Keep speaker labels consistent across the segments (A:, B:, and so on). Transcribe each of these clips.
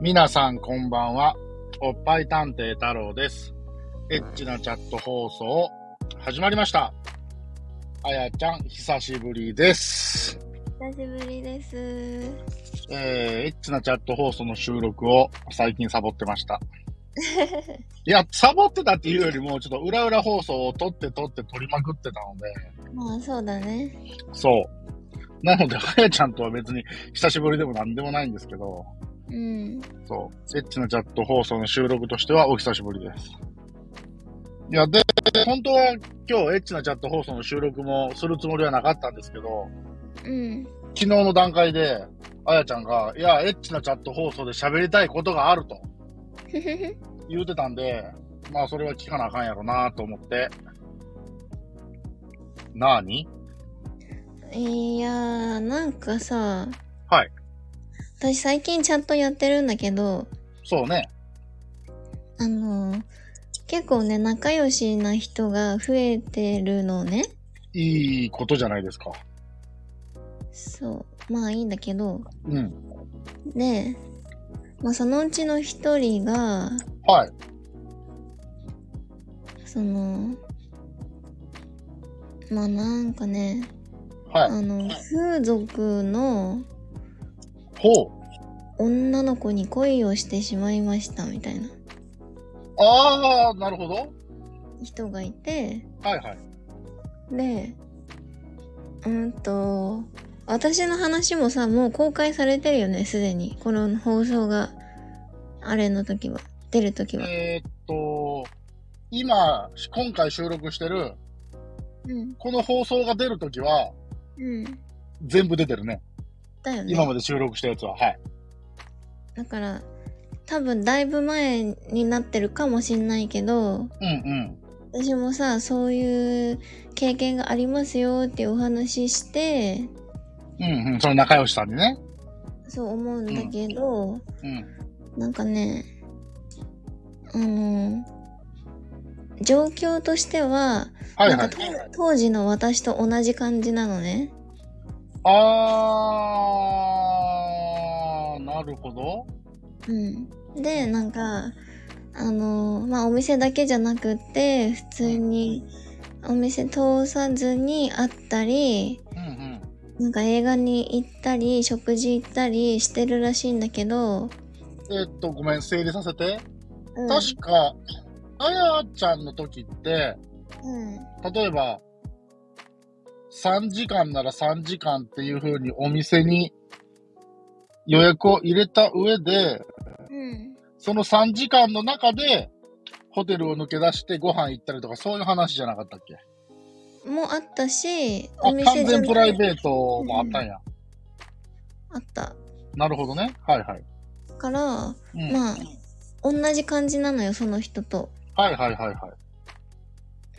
A: 皆さんこんばんは。おっぱい探偵太郎です。エッチなチャット放送、始まりました。あやちゃん、久しぶりです。
B: 久しぶりです。
A: えー、エッチなチャット放送の収録を最近サボってました。いや、サボってたっていうよりも、ちょっと裏裏放送を撮って撮って撮りまくってたので、
B: まあそうだね。
A: そう。なので、あやちゃんとは別に久しぶりでも何でもないんですけど、
B: うん。
A: そう。エッチなチャット放送の収録としてはお久しぶりです。いや、で、本当は今日エッチなチャット放送の収録もするつもりはなかったんですけど、
B: うん。
A: 昨日の段階で、あやちゃんが、いや、エッチなチャット放送で喋りたいことがあると言うてたんで、まあそれは聞かなあかんやろなと思って。なーに
B: いやー、なんかさ。
A: はい。
B: 私最近ちゃんとやってるんだけど、
A: そうね。
B: あのー、結構ね、仲良しな人が増えてるのね。
A: いいことじゃないですか。
B: そう。まあいいんだけど。
A: うん。
B: で、まあそのうちの一人が、
A: はい。
B: その、まあなんかね、
A: はい。
B: あの、風俗の、
A: ほう。
B: 女の子に恋をしてしまいましたみたいな
A: ああ、なるほど。
B: 人がいて
A: はいはい。
B: でうんと私の話もさもう公開されてるよねすでにこの放送があれの時は出る時は
A: えーっと、今、今回収録してる、
B: うん
A: この放送が出るときは、
B: うん
A: 全部出てるね。
B: だよ
A: 今
B: ね
A: まで収録したやつは。はい。
B: だから多分だいぶ前になってるかもしんないけ
A: う
B: ど
A: んうん。
B: 私もさそういう経験がありますよっていうお話しして
A: うんうん。その仲良しさんにね。
B: そう思うんだけど、
A: うん。
B: なんかね、あの、状況としては、
A: はいは
B: ないんか。当当時の私と同じ感じなのね。
A: あー、なるほど。
B: うん。で、なんか、あの、まあ、お店だけじゃなくって、普通にお店通さずに会ったり、
A: うんうん。
B: なんか映画に行ったり、食事行ったりしてるらしいんだけど、
A: えーっと、ごめん、整理させて。
B: うん、
A: 確か、あやちゃんの時って、
B: うん。
A: 例えば、3時間なら3時間っていう風にお店に予約を入れた上で、
B: うん。
A: その3時間の中で、ホテルを抜け出してご飯行ったりとか、そういう話じゃなかったっけ
B: もあったし、
A: あ、完
B: じゃ
A: 全
B: な
A: プライベートもあったんや。
B: あった。
A: なるほどね。はいはい。
B: から、
A: うん。
B: まあ、同じ感じなのよ、その人と。
A: はいはいはいはい。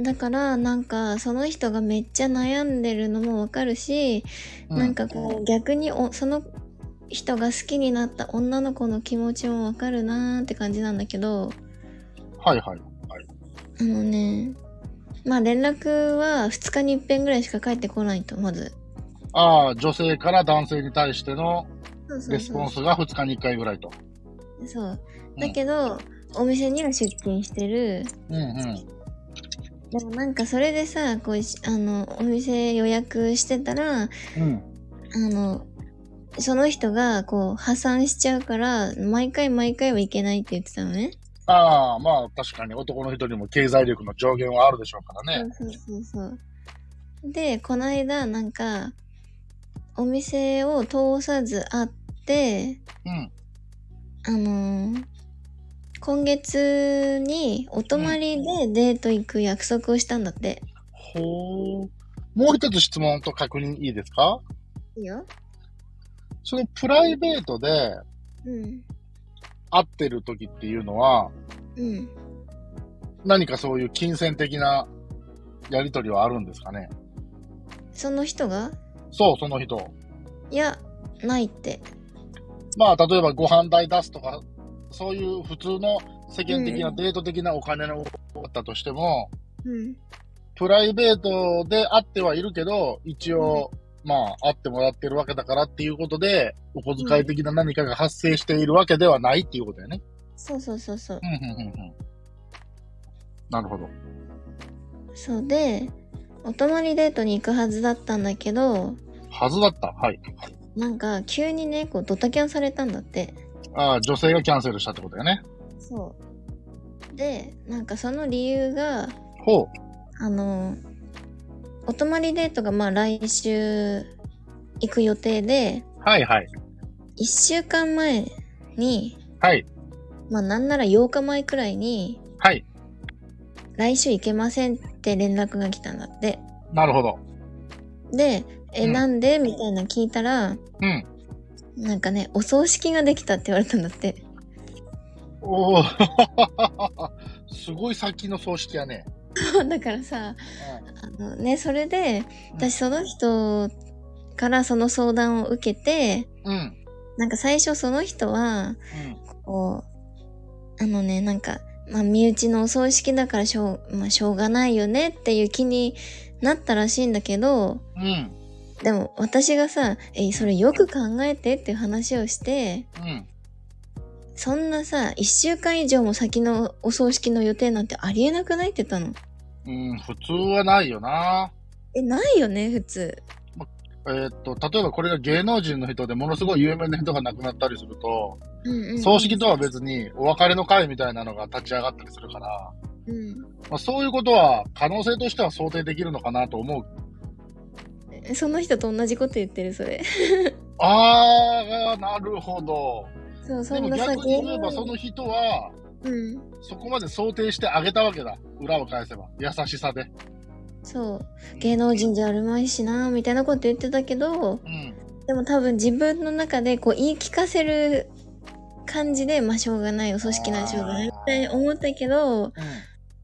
B: だから、なんか、その人がめっちゃ悩んでるのもわかるし、
A: うん
B: なんかこう、逆にお、その人が好きになった女の子の気持ちもわかるなーって感じなんだけど、
A: はいはい。
B: あのね、まあ連絡は2日に一遍ぐらいしか返ってこないと、まず。
A: ああ、女性から男性に対しての
B: そうそ
A: レ
B: う
A: ス
B: そ
A: ポン
B: う。
A: スが2日に1回ぐらいと。
B: そう。
A: うん
B: だけど、お店には出勤してる。
A: うんうん。
B: でもなんかそれでさ、こう、しあの、お店予約してたら、
A: うん。
B: あの、その人がこう破産しちゃうから、毎回毎回はいけないって言ってたのね。
A: ああ、まあ確かに男の人にも経済力の上限はあるでしょうからね。
B: そうそうそうそう。で、この間なんか、お店を通さず会って、
A: うん。
B: あのー今月にお泊まりでデート行く約束をしたんだって。
A: ほう。もう一つ質問と確認いいですか
B: いいよ。
A: そのプライベートで
B: うん。
A: 会ってる時っていうのは、
B: うん。
A: 何かそういう金銭的なやりとりはあるんですかね
B: その人が
A: そう、その人。
B: いや、ないって。
A: まあ、例えばご飯代出すとか、そういう普通の世間的なデート的なお金のことだったとしても、
B: うん。
A: プライベートで会ってはいるけど、一応まあ、会ってもらってるわけだからっていうことで、お小遣い的な何かが発生しているわけではないっていうことやね。
B: そうそうそうそう
A: う。ん、うん、うん、うん。なるほど。
B: そうで、お泊まりデートに行くはずだったんだけど、
A: はずだった。はい。
B: なんか急にね、こうドタキャンされたんだって。
A: ああ、女性がキャンセルしたってことやね。
B: そう。で、なんかその理由が、
A: ほう。
B: あの、お泊まりデートがまあ来週行く予定で、
A: はい、はい。
B: 1週間前に、
A: はい。
B: まあなんなら8日前くらいに、
A: はい。
B: 来週行けませんって連絡が来たんだって。
A: なるほど。
B: で、え、
A: うん
B: なんでみたいなの聞いたら、
A: うん。
B: なんかね、お葬式ができたって言われたんだって。
A: おおすごい先の葬式やね。
B: だからさ、あのね、それで、私その人からその相談を受けて、
A: うん。うん。
B: なんか最初その人は、こう、あのね、なんか、まあ、身内のお葬式だからしょう、まあ、しょうがないよねっていう気になったらしいんだけど、
A: うん。うん。
B: でも私がさ、え、それよく考えてっていう話をして、
A: うん。
B: そんなさ、一週間以上も先のお葬式の予定なんてありえなくないって言ったの。
A: うん、普通はないよな。
B: え、ないよね、普通。
A: えーっと、例えばこれが芸能人の人でものすごい有名な人が亡くなったりすると、
B: うんうんうん
A: 葬式とは別にお別れの会みたいなのが立ち上がったりするから、
B: うん
A: まあ、そういうことは可能性としては想定できるのかなと思う。
B: え。その人と同じこと言ってる、それ。
A: あー、なるほど。
B: そう、
A: で
B: そん
A: も
B: な
A: 逆
B: さ、
A: に言えばその人は、
B: うん。
A: そこまで想定してあげたわけだ。裏を返せば。優しさで。
B: そう。芸能人じゃあるまいしな、みたいなこと言ってたけど、
A: うん。
B: でも多分自分の中でこう言い聞かせる感じで、まあしょうがない、お葬式ならしょうがないって思ったけど、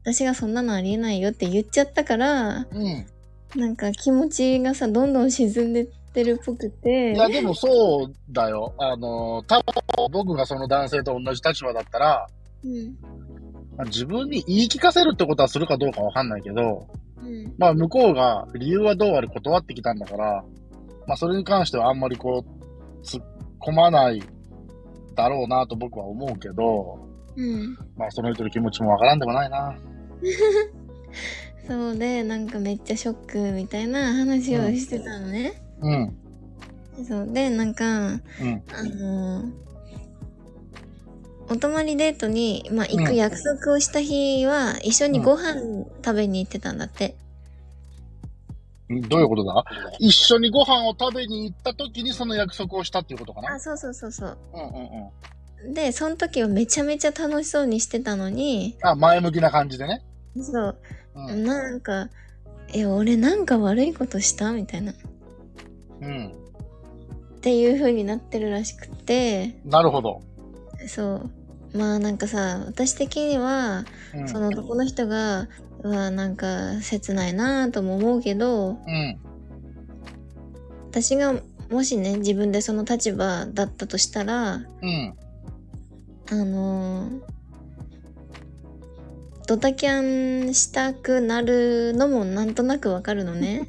B: 私がそんなのありえないよって言っちゃったから、
A: うん。うん。
B: なんか気持ちがさ、どんどん沈んでってるっぽくて
A: い、や、でもそうだよ。あの、多分僕がその男性と同じ立場だったら、
B: うん、
A: まあ自分に言い聞かせるってことはするかどうかわかんないけど、
B: うん、
A: まあ向こうが理由はどうあれ断ってきたんだから、まあそれに関してはあんまりこう、突っ込まないだろうなと僕は思うけど、
B: うん。
A: まあその人の気持ちもわからんでもないな。
B: そうで、なんかめっちゃショックみたいな話をしてたのね。
A: うん。
B: そうで、なんか、
A: うん。
B: あのーお泊まりデートに、まあ、行く約束をした日は、一緒にご飯食べに行ってたんだって。
A: どういうことだ一緒にご飯を食べに行った時にその約束をしたっていうことかな
B: あ、そうそうそうそう。
A: うんうんうん。
B: で、その時はめちゃめちゃ楽しそうにしてたのに、
A: あ、前向きな感じでね。
B: そう、
A: うん。
B: なんか、え、俺なんか悪いことしたみたいな。っ
A: うん。
B: ていう風になってるらしくて、
A: なるほど。
B: そう。まあなんかさ、私的には、
A: うん。
B: その男の人が、うわ、なんか切ないなぁとも思うけど、
A: うん。
B: 私がもしね自分でその立場だったとしたら
A: うん。
B: あのードタキャンしたくなるのもなんとなくわかる のね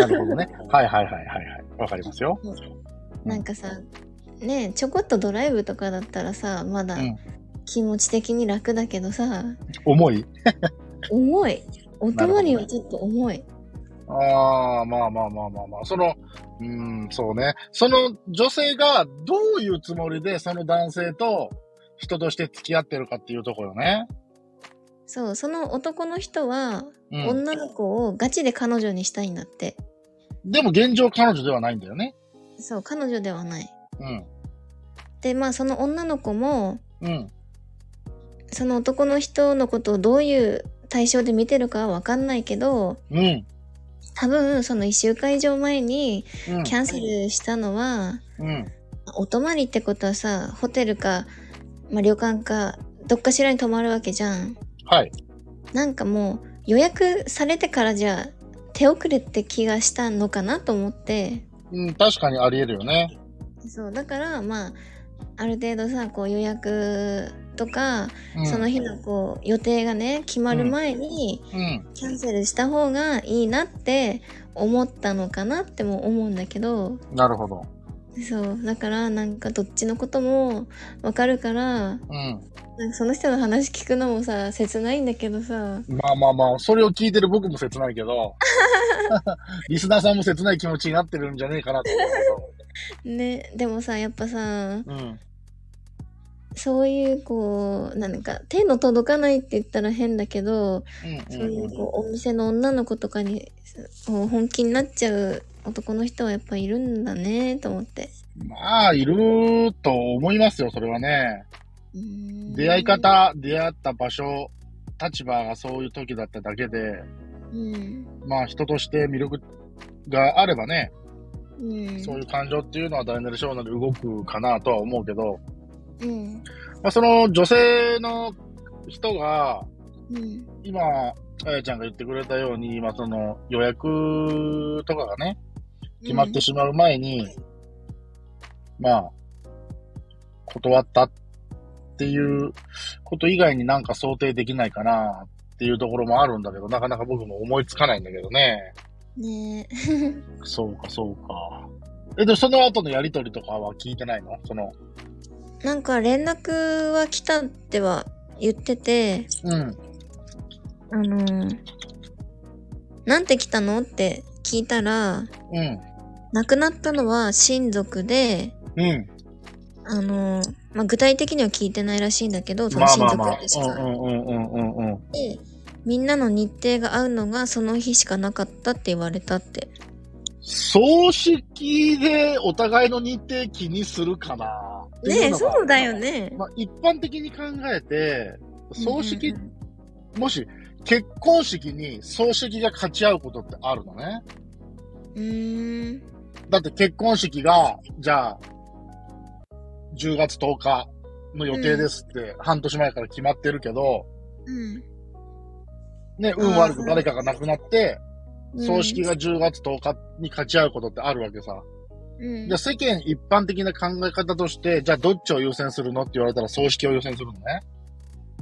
A: なるほどね。はいはいはいはいはい。わかりますよ。
B: なんかさねちょこっとドライブとかだったらさまだ
A: うん
B: 気持ち的に楽だけどさ、
A: 重い
B: 重いお泊まり
A: なるほどね
B: はちょっと重い、
A: ああ、まあまあまあまあまあ。その、うーん、そうね。その女性がどういうつもりでその男性と人として付き合ってるかっていうところよね。
B: そうその男の人は、
A: うん。
B: 女の子をガチで彼女にしたいんだって
A: でも現状彼女ではないんだよね。
B: そう彼女ではない
A: うん。
B: でまあその女の子も
A: うん。
B: その男の人のことをどういう対象で見てるかはわかんないけど
A: うん。
B: 多分その1週間以上前に
A: うん
B: キャンセルしたのは、
A: うん。
B: お泊まりってことはさホテルか、まあ、旅館かどっかしらに泊まるわけじゃん。
A: はい。
B: なんかもう予約されてからじゃ手遅れって気がしたのかなと思って
A: うん、確かにあり得るよね。
B: そうだからまあある程度さこう予約とか、
A: うん
B: その日のこう予定がね決まる前に
A: うん。
B: キャンセルした方がいいなって思ったのかなっても思うんだけど
A: なるほど。
B: そうだからなんかどっちのこともわかるから
A: うん。
B: なんかその人の話聞くのもさ切ないんだけどさ
A: まあまあまあ、それを聞いてる僕も切ないけ ど、リスナーさんも切ない気持ちになってるんじゃねえかなと
B: ねでもさやっぱさ
A: 思うけど。うん。
B: そういうこうなんか手の届かないって言ったら変だけど
A: うん
B: そう
A: うん
B: い
A: うん
B: うこうお店の女の子とかにこう本気になっちゃう男の人はやっぱいるんだねと思って。
A: まあ、いると思いますよ、それはね。出
B: 出
A: 会い、方、出会った場所、立場がそういう時だっただけで、
B: うん
A: まあ、人として魅力があればね、
B: うん、
A: そういう感情っていうのは大なり小なり動くかなとは思うけど、
B: うん
A: まあ、その女性の人が、
B: うん
A: 今、あやちゃんが言ってくれたように、今その予約とかがね、決まってしまう前に、まあ、断ったっていうこと以外になんか想定できないかなっていうところもあるんだけど、なかなか僕も思いつかないんだけどね。
B: ねえ
A: そうか、そうか。え、で、その後のやりとりとかは聞いてないのその、
B: なんか連絡は来たっては言ってて
A: うん。
B: あのーなんて来たのって聞いたら
A: うん。
B: 亡くなったのは親族で
A: うん。
B: あのーまあ、具体的には聞いてないらしいんだけどその
A: まあま
B: 親
A: あま
B: 族
A: あ
B: でし。か
A: うんうんうんうんうんうん。
B: でみんなの日程が合うのがその日しかなかったって言われたって
A: 葬式でお互いの日程気にするかなって
B: ね
A: い
B: え
A: のが
B: そうだよ。ね、
A: まあ、一般的に考えて、葬式
B: うんうんうん
A: もし結婚式に葬式が勝ち合うことってあるのね。
B: うーん。
A: だって結婚式が、じゃあ、10月10日の予定ですって、半年前から決まってるけど、
B: うん
A: ね、運悪く誰かが亡くなって、葬式、が10月10日に勝ち合うことってあるわけさ。
B: う
A: じ
B: ん
A: ゃあ世間一般的な考え方として、じゃあどっちを優先するのって言われたら葬式を優先するのね。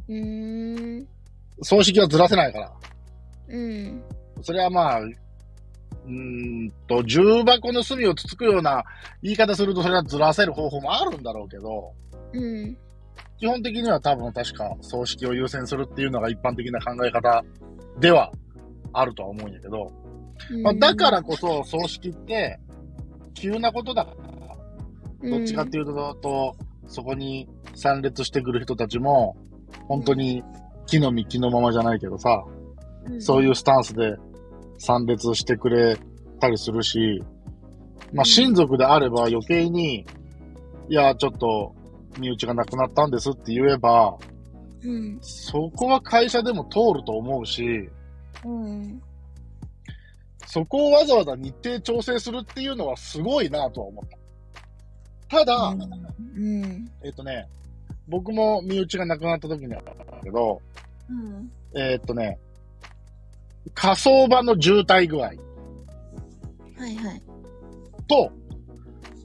B: うーん。
A: 葬式はずらせないから。
B: うん。
A: それはまあ、うーんと、重箱の隅をつつくような言い方すると、それはずらせる方法もあるんだろうけど、
B: うん。
A: 基本的には多分確か葬式を優先するっていうのが一般的な考え方ではあるとは思うんやけど、まあ、だからこそ葬式って急なことだから、
B: うん、
A: どっちかっていうと、そこに参列してくる人たちも、本当に木の実木のままじゃないけどさ、
B: うん、
A: そういううスタンスで参列してくれたりするし、ま
B: う
A: あ
B: ん
A: 親族であれば余計に、いや、ちょっと身内が亡くなったんですって言えば、
B: ん。
A: そこは会社でも通ると思うし、
B: うん。
A: そこをわざわざ日程調整するっていうのはすごいなとは思った。ただ、
B: うん。
A: えっとね、僕も身内が亡くなった時にあったんだけど、
B: うん。
A: えっとね、火葬場の渋滞具合。
B: はいはい。
A: と、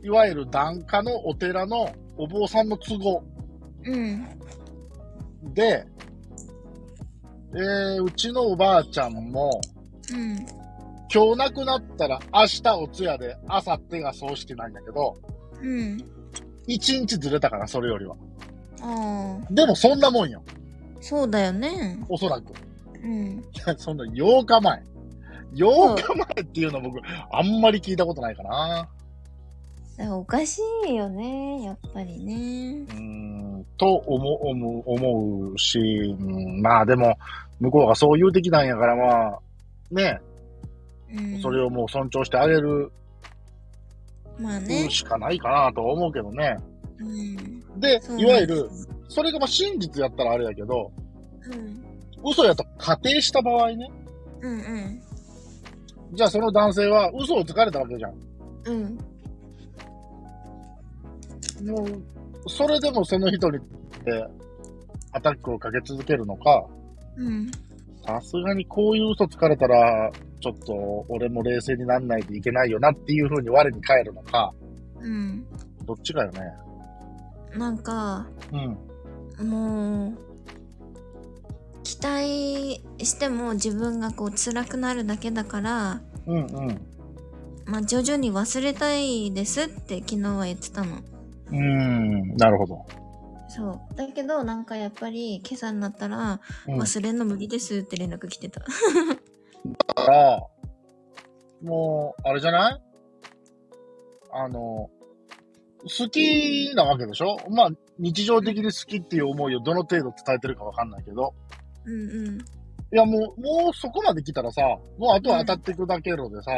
A: いわゆる檀家のお寺のお坊さんの都合
B: うん。
A: で、えー、うちのおばあちゃんも、
B: うん。
A: 今日亡くなったら明日お通夜で、明後日が葬式なんだけど、
B: うん。
A: 一日ずれたから、それよりは。
B: ああ。
A: でもそんなもんよ、
B: そうだよね。
A: おそらく。
B: うん。
A: その8日前。8日前っていうの僕、あんまり聞いたことないかな。
B: だからおかしいよね。やっぱりね
A: う。ーんと思う思う思うし、うんまあでも、向こうがそう言うてきたんやから、まあ、ね、
B: うん。
A: それ
B: を。
A: をもう尊重してあげる
B: まあね。
A: しかないかなとは思うけどね。
B: うん。
A: で
B: そう、
A: いわゆる、。それがまあ真実やったらあれやけど、
B: うん。
A: 嘘やと仮定した場合ね、
B: うんうん。
A: じゃあその男性は嘘をつかれたわけじゃん。
B: うん。
A: もう、それでもその人に、えアタックをかけ続けるのか、
B: うん。
A: さすがにこういう嘘つかれたら、ちょっと俺も冷静になんないといけないよなっていう風に我に返るのか、
B: うん。
A: どっちかよね。
B: なんか、
A: うん。
B: うもう期待しても自分がこう辛くなるだけだから、
A: うんうん。
B: まあ、徐々に忘れたいですって昨日は言ってたの
A: うーん、なるほど。
B: そうだけどなんかやっぱり今朝になったら
A: うん、だ
B: 忘れんの無理ですって連絡来てた
A: から、もう、あれじゃないあの、好きなわけでしょまあ、日常的に好きっていう思いをどの程度伝えてるかわかんないけど。
B: うんうん
A: いや、もう、もうそこまで来たらさ、もうあとは当たっていくだけのでさ、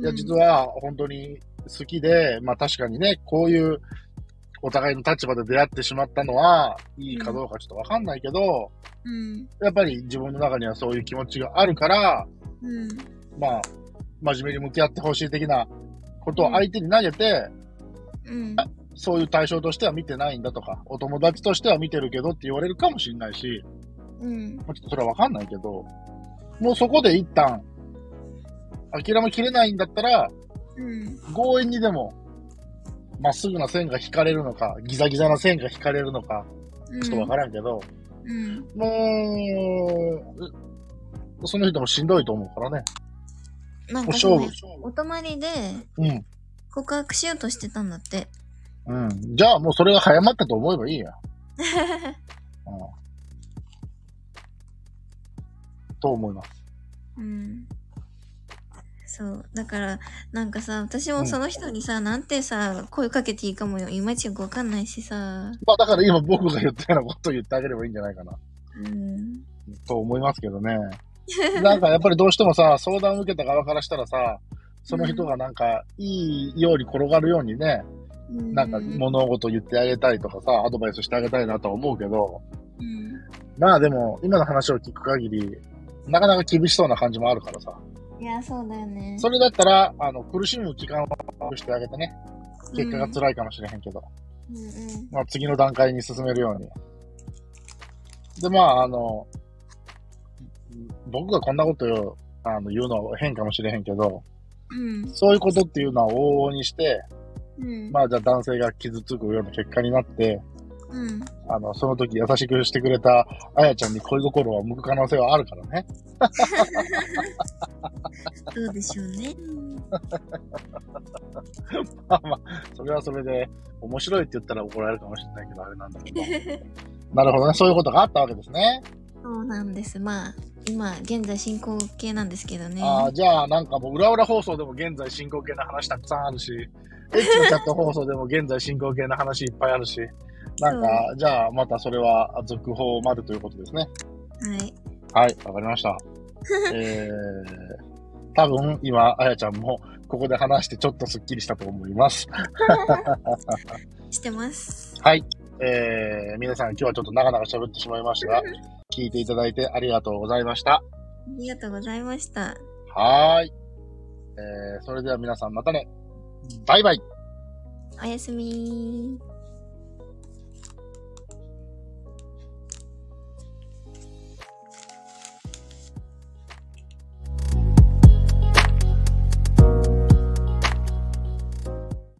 A: いや、実は本当に好きで、まあ確かにね、こういうお互いの立場で出会ってしまったのは、いいかどうかちょっとわかんないけど、
B: うん
A: やっぱり自分の中にはそういう気持ちがあるから、
B: うん
A: まあ、真面目に向き合ってほしい的なことを相手に投げて、
B: うん
A: そういう対象としては見てないんだとか、お友達としては見てるけどって言われるかもしれないし、
B: うん
A: まあちょっとそれはわかんないけど、もうそこで一旦、諦めきれないんだったら、
B: うん
A: 強引にでも、まっすぐな線が引かれるのか、ギザギザな線が引かれるのか、
B: うん
A: ちょっとわからんけど、
B: うん
A: もう、その人もしんどいと思うからね。
B: なん
A: お
B: か
A: 勝
B: そ
A: 負
B: う。お泊まりで
A: うん。
B: 告白しようとしてたんだ って
A: うん。じゃあもうそれが早まったと思えばいいや。うん。と思います。
B: うんそうだからなんかさ私もその人にさ、なんてさ声かけていいかもよいまいちよくわかんないしさ
A: まあだから今僕が言ったようなことを言ってあげればいいんじゃないかな。
B: うん
A: と思いますけど ね。なんかやっぱりどうしてもさ、相談を受けた側からしたらさ、その人がなんか、いいように転がるようにね、なんか
B: うん
A: 物事を言ってあげたいとかさ、アドバイスしてあげたいなとは思うけど、
B: うん
A: まあでも、今の話を聞く限り、なかなか厳しそうな感じもあるからさ。
B: いやそうだよね
A: それだったら、あの、苦しむ時間を多くしてあげてね、結果が辛いかもしれへんけど、
B: うんうん
A: まあ次の段階に進めるように。で、まあ、あの、僕がこんなことをあの言うのは変かもしれへんけど、
B: うん
A: そういうことっていうのは往々にして、
B: うん
A: まあじゃあ男性が傷つくような結果になって、
B: うん
A: あの、その時優しくしてくれたあやちゃんに恋心は向く可能性はあるからね。
B: どうでしょうね
A: まあまあ、それはそれで、面白いって言ったら怒られるかもしれないけど、あれなんだけど。なるほどね。そういうことがあったわけですね。
B: そうなんですまあ今現在進行形なんですけどね
A: ああ、じゃあなんかもう裏裏放送でも現在進行形の話たくさんあるし、エッチのチャット放送でも現在進行形の話いっぱいあるし、なんか、じゃあまたそれは続報までということですね。は
B: はい
A: い、わかりました。えー、多分今、あやちゃんもここで話してちょっとスッキリしたと思います。
B: してます
A: はい。えー、皆さん今日はちょっと長々喋ってしまいましたが、聞いていただいてありがとうございました。
B: ありがとうございました
A: はーい。えー、それでは皆さんまたね。バイバイ。
B: おやすみ